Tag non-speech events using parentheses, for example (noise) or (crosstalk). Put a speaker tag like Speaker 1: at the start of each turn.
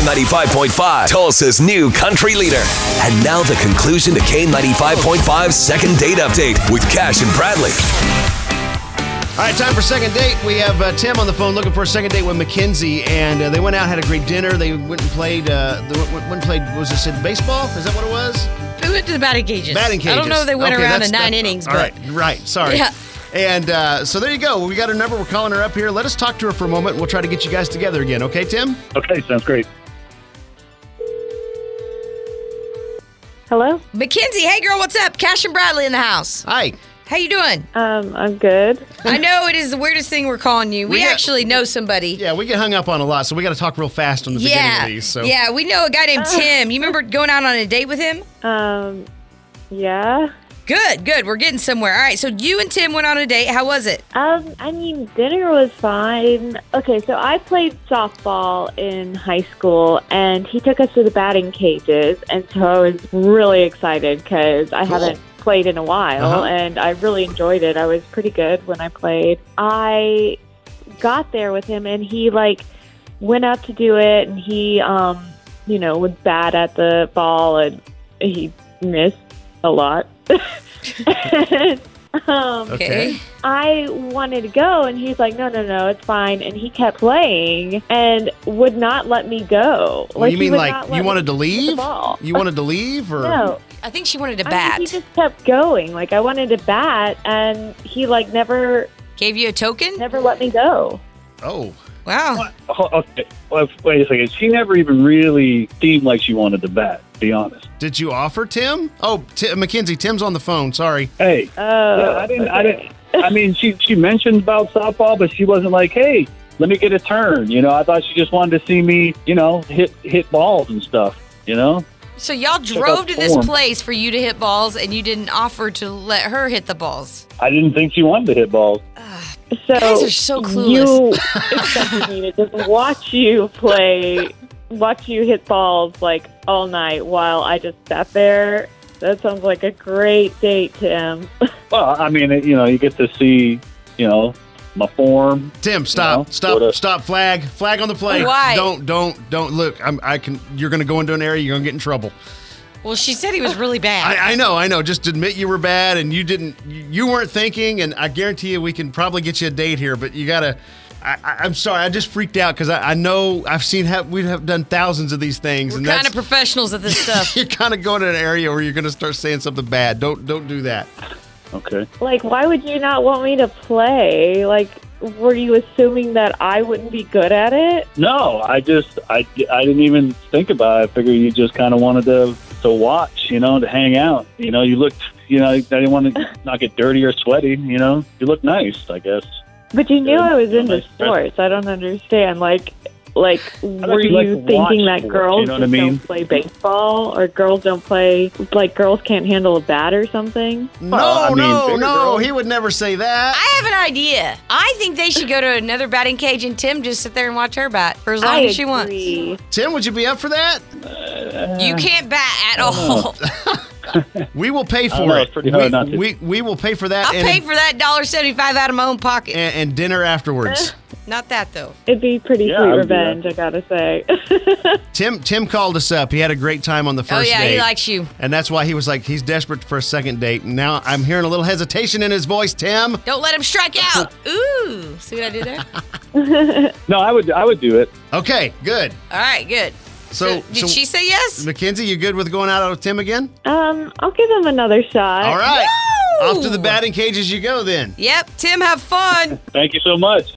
Speaker 1: K95.5, Tulsa's new country leader. And now the conclusion to K95.5's second date update with Cash and Bradley.
Speaker 2: All right, time for second date. We have uh, Tim on the phone looking for a second date with Mackenzie, and uh, they went out, had a great dinner. They went and played. Uh, they went, went and played. What was it said baseball? Is that what it was?
Speaker 3: We went to the batting cages.
Speaker 2: Batting cages.
Speaker 3: I don't know if they went
Speaker 2: Okay,
Speaker 3: around
Speaker 2: that's-
Speaker 3: in nine
Speaker 2: that-
Speaker 3: innings,
Speaker 2: all
Speaker 3: but
Speaker 2: right, right. Sorry.
Speaker 3: Yeah.
Speaker 2: And uh, so there you go. We got her number. We're calling her up here. Let us talk to her for a moment. We'll try to get you guys together again. Okay, Tim?
Speaker 4: Okay, sounds great.
Speaker 5: Hello.
Speaker 3: Mackenzie, hey girl, what's up? Cash and Bradley in the house.
Speaker 2: Hi.
Speaker 3: How
Speaker 2: (laughs)
Speaker 3: you doing?
Speaker 5: Um, I'm good.
Speaker 3: I know it is the weirdest thing we're calling you. We,
Speaker 2: We got-
Speaker 3: actually know somebody.
Speaker 2: Yeah, we get hung up on a lot, so we got to talk real fast on the beginning
Speaker 3: yeah,
Speaker 2: of these. So
Speaker 3: yeah, we know a
Speaker 2: (laughs)
Speaker 3: guy named Tim. You remember going out on a date with him?
Speaker 5: Um, yeah.
Speaker 3: Good, good. We're getting somewhere. All right, so you and Tim went on a date. How was it?
Speaker 5: Um, I mean, dinner was fine. Okay, so I played softball in high school, and he took us to the batting cages, and so I was really excited because I haven't played in a while,
Speaker 2: Uh-huh.
Speaker 5: and I really enjoyed it. I was pretty good when I played. I got there with him, and he like went up to do it, and he, um, you know, would bat at the ball, and he missed a lot. (laughs) um,
Speaker 2: Okay.
Speaker 5: I wanted to go, and he's like, "No, no, no, it's fine." And he kept playing and would not let me go.
Speaker 2: Well, you
Speaker 5: he
Speaker 2: mean
Speaker 5: would
Speaker 2: like
Speaker 5: not
Speaker 2: you
Speaker 5: let
Speaker 2: wanted to
Speaker 5: me hit the
Speaker 2: leave?
Speaker 5: ball.
Speaker 2: You wanted to leave, or
Speaker 5: No,
Speaker 3: I think she wanted to
Speaker 5: I
Speaker 3: bat.
Speaker 5: mean, he just kept going. Like I wanted to bat, and he like never,
Speaker 3: Gave you a token?
Speaker 5: never let me go.
Speaker 2: oh,
Speaker 3: Wow.
Speaker 4: Oh, okay, well, wait a second. She never even really seemed like she wanted to bat. To be honest.
Speaker 2: did you offer Tim? Oh, T- Mackenzie, Tim's on the phone. Sorry.
Speaker 4: Hey,
Speaker 5: Oh,
Speaker 4: yeah, I didn't. I didn't. I mean, she she mentioned about softball, but she wasn't like, hey, let me get a turn. You know, I thought she just wanted to see me. You know, hit hit balls and stuff. You know.
Speaker 3: So y'all drove
Speaker 4: out
Speaker 3: to this
Speaker 4: form.
Speaker 3: place for you to hit balls and you didn't offer to let her hit the balls.
Speaker 4: I didn't think she wanted to hit balls.
Speaker 5: So
Speaker 3: Guys are so (laughs)
Speaker 5: You expected me to just watch you play, watch you hit balls like all night while I just sat there. That sounds like a great date, (laughs) Tim.
Speaker 4: Well, I mean, you know, you get to see, you know, my form.
Speaker 2: Tim, stop,
Speaker 4: No,
Speaker 2: stop,
Speaker 4: sorta.
Speaker 2: stop! Flag, flag on the play.
Speaker 3: Why?
Speaker 2: Don't, don't, don't look. I'm, I can. You're going to go into an area. You're going to get in trouble.
Speaker 3: Well, she said he was really bad.
Speaker 2: I, I know, I know. Just admit you were bad and you didn't, you weren't thinking. And I guarantee you, we can probably get you a date here. But you gotta. I, I, I'm sorry. I just freaked out because I, I know I've seen how we have done thousands of these things.
Speaker 3: We're
Speaker 2: and
Speaker 3: kind of
Speaker 2: that's- (laughs)
Speaker 3: professionals at this stuff.
Speaker 2: you're kind of going to an area where you're going to start saying something bad. Don't, don't do that.
Speaker 4: Okay.
Speaker 5: Like, why would you not want me to play? Like, were you assuming that I wouldn't be good at it?
Speaker 4: No, I just I, I didn't even think about it. I figured you just kind of wanted to to watch, you know, to hang out. You know, you looked, you know, I didn't want to not get dirty or sweaty. You know, you look nice, I guess.
Speaker 5: But you knew
Speaker 4: Yeah,
Speaker 5: I was
Speaker 4: yeah,
Speaker 5: into
Speaker 4: nice friend.
Speaker 5: sports. I don't understand. Like, like were
Speaker 4: you
Speaker 5: you,
Speaker 4: like to watch
Speaker 5: thinking that
Speaker 4: sports,
Speaker 5: girls
Speaker 4: you know what I
Speaker 5: just
Speaker 4: mean?
Speaker 5: don't play baseball or girls don't play like girls can't handle a bat or something?
Speaker 2: No,
Speaker 4: I mean,
Speaker 2: no,
Speaker 4: bigger
Speaker 2: no.
Speaker 4: girl.
Speaker 2: He would never say that.
Speaker 3: I have an idea. I think they should go to another batting cage and Tim just sit there and watch her bat for as long
Speaker 5: I
Speaker 3: as she wants.
Speaker 5: agree.
Speaker 2: Tim, would you be up for that?
Speaker 3: You can't bat
Speaker 2: (laughs)
Speaker 3: at all.
Speaker 2: We will pay
Speaker 4: don't
Speaker 2: for
Speaker 4: know,
Speaker 2: it.
Speaker 4: it's pretty hard
Speaker 2: we,
Speaker 4: not to.
Speaker 2: we we will pay for that.
Speaker 3: I'll
Speaker 2: and,
Speaker 3: pay for that dollar seventy-five out of my own pocket.
Speaker 2: and, and dinner afterwards.
Speaker 3: (laughs) Not that though.
Speaker 5: It'd be pretty
Speaker 4: Yeah,
Speaker 5: sweet
Speaker 4: I would do
Speaker 5: revenge, I gotta say. (laughs)
Speaker 2: Tim Tim called us up. He had a great time on the
Speaker 3: oh
Speaker 2: first
Speaker 3: yeah,
Speaker 2: date.
Speaker 3: he likes you.
Speaker 2: and that's why he was like he's desperate for a second date. And now I'm hearing a little hesitation in his voice, Tim.
Speaker 3: Don't let him strike out.
Speaker 2: (laughs)
Speaker 3: Ooh, see what I did there?
Speaker 4: No, I would I would do it.
Speaker 2: Okay, good.
Speaker 3: All right, good.
Speaker 2: So,
Speaker 3: did
Speaker 2: so
Speaker 3: she say yes?
Speaker 2: Mackenzie, you good with going out with Tim again?
Speaker 5: um, I'll give him another shot.
Speaker 2: All right.
Speaker 3: Woo!
Speaker 2: Off to the batting cages you go then.
Speaker 3: Yep. Tim, have fun.
Speaker 4: Thank you so much.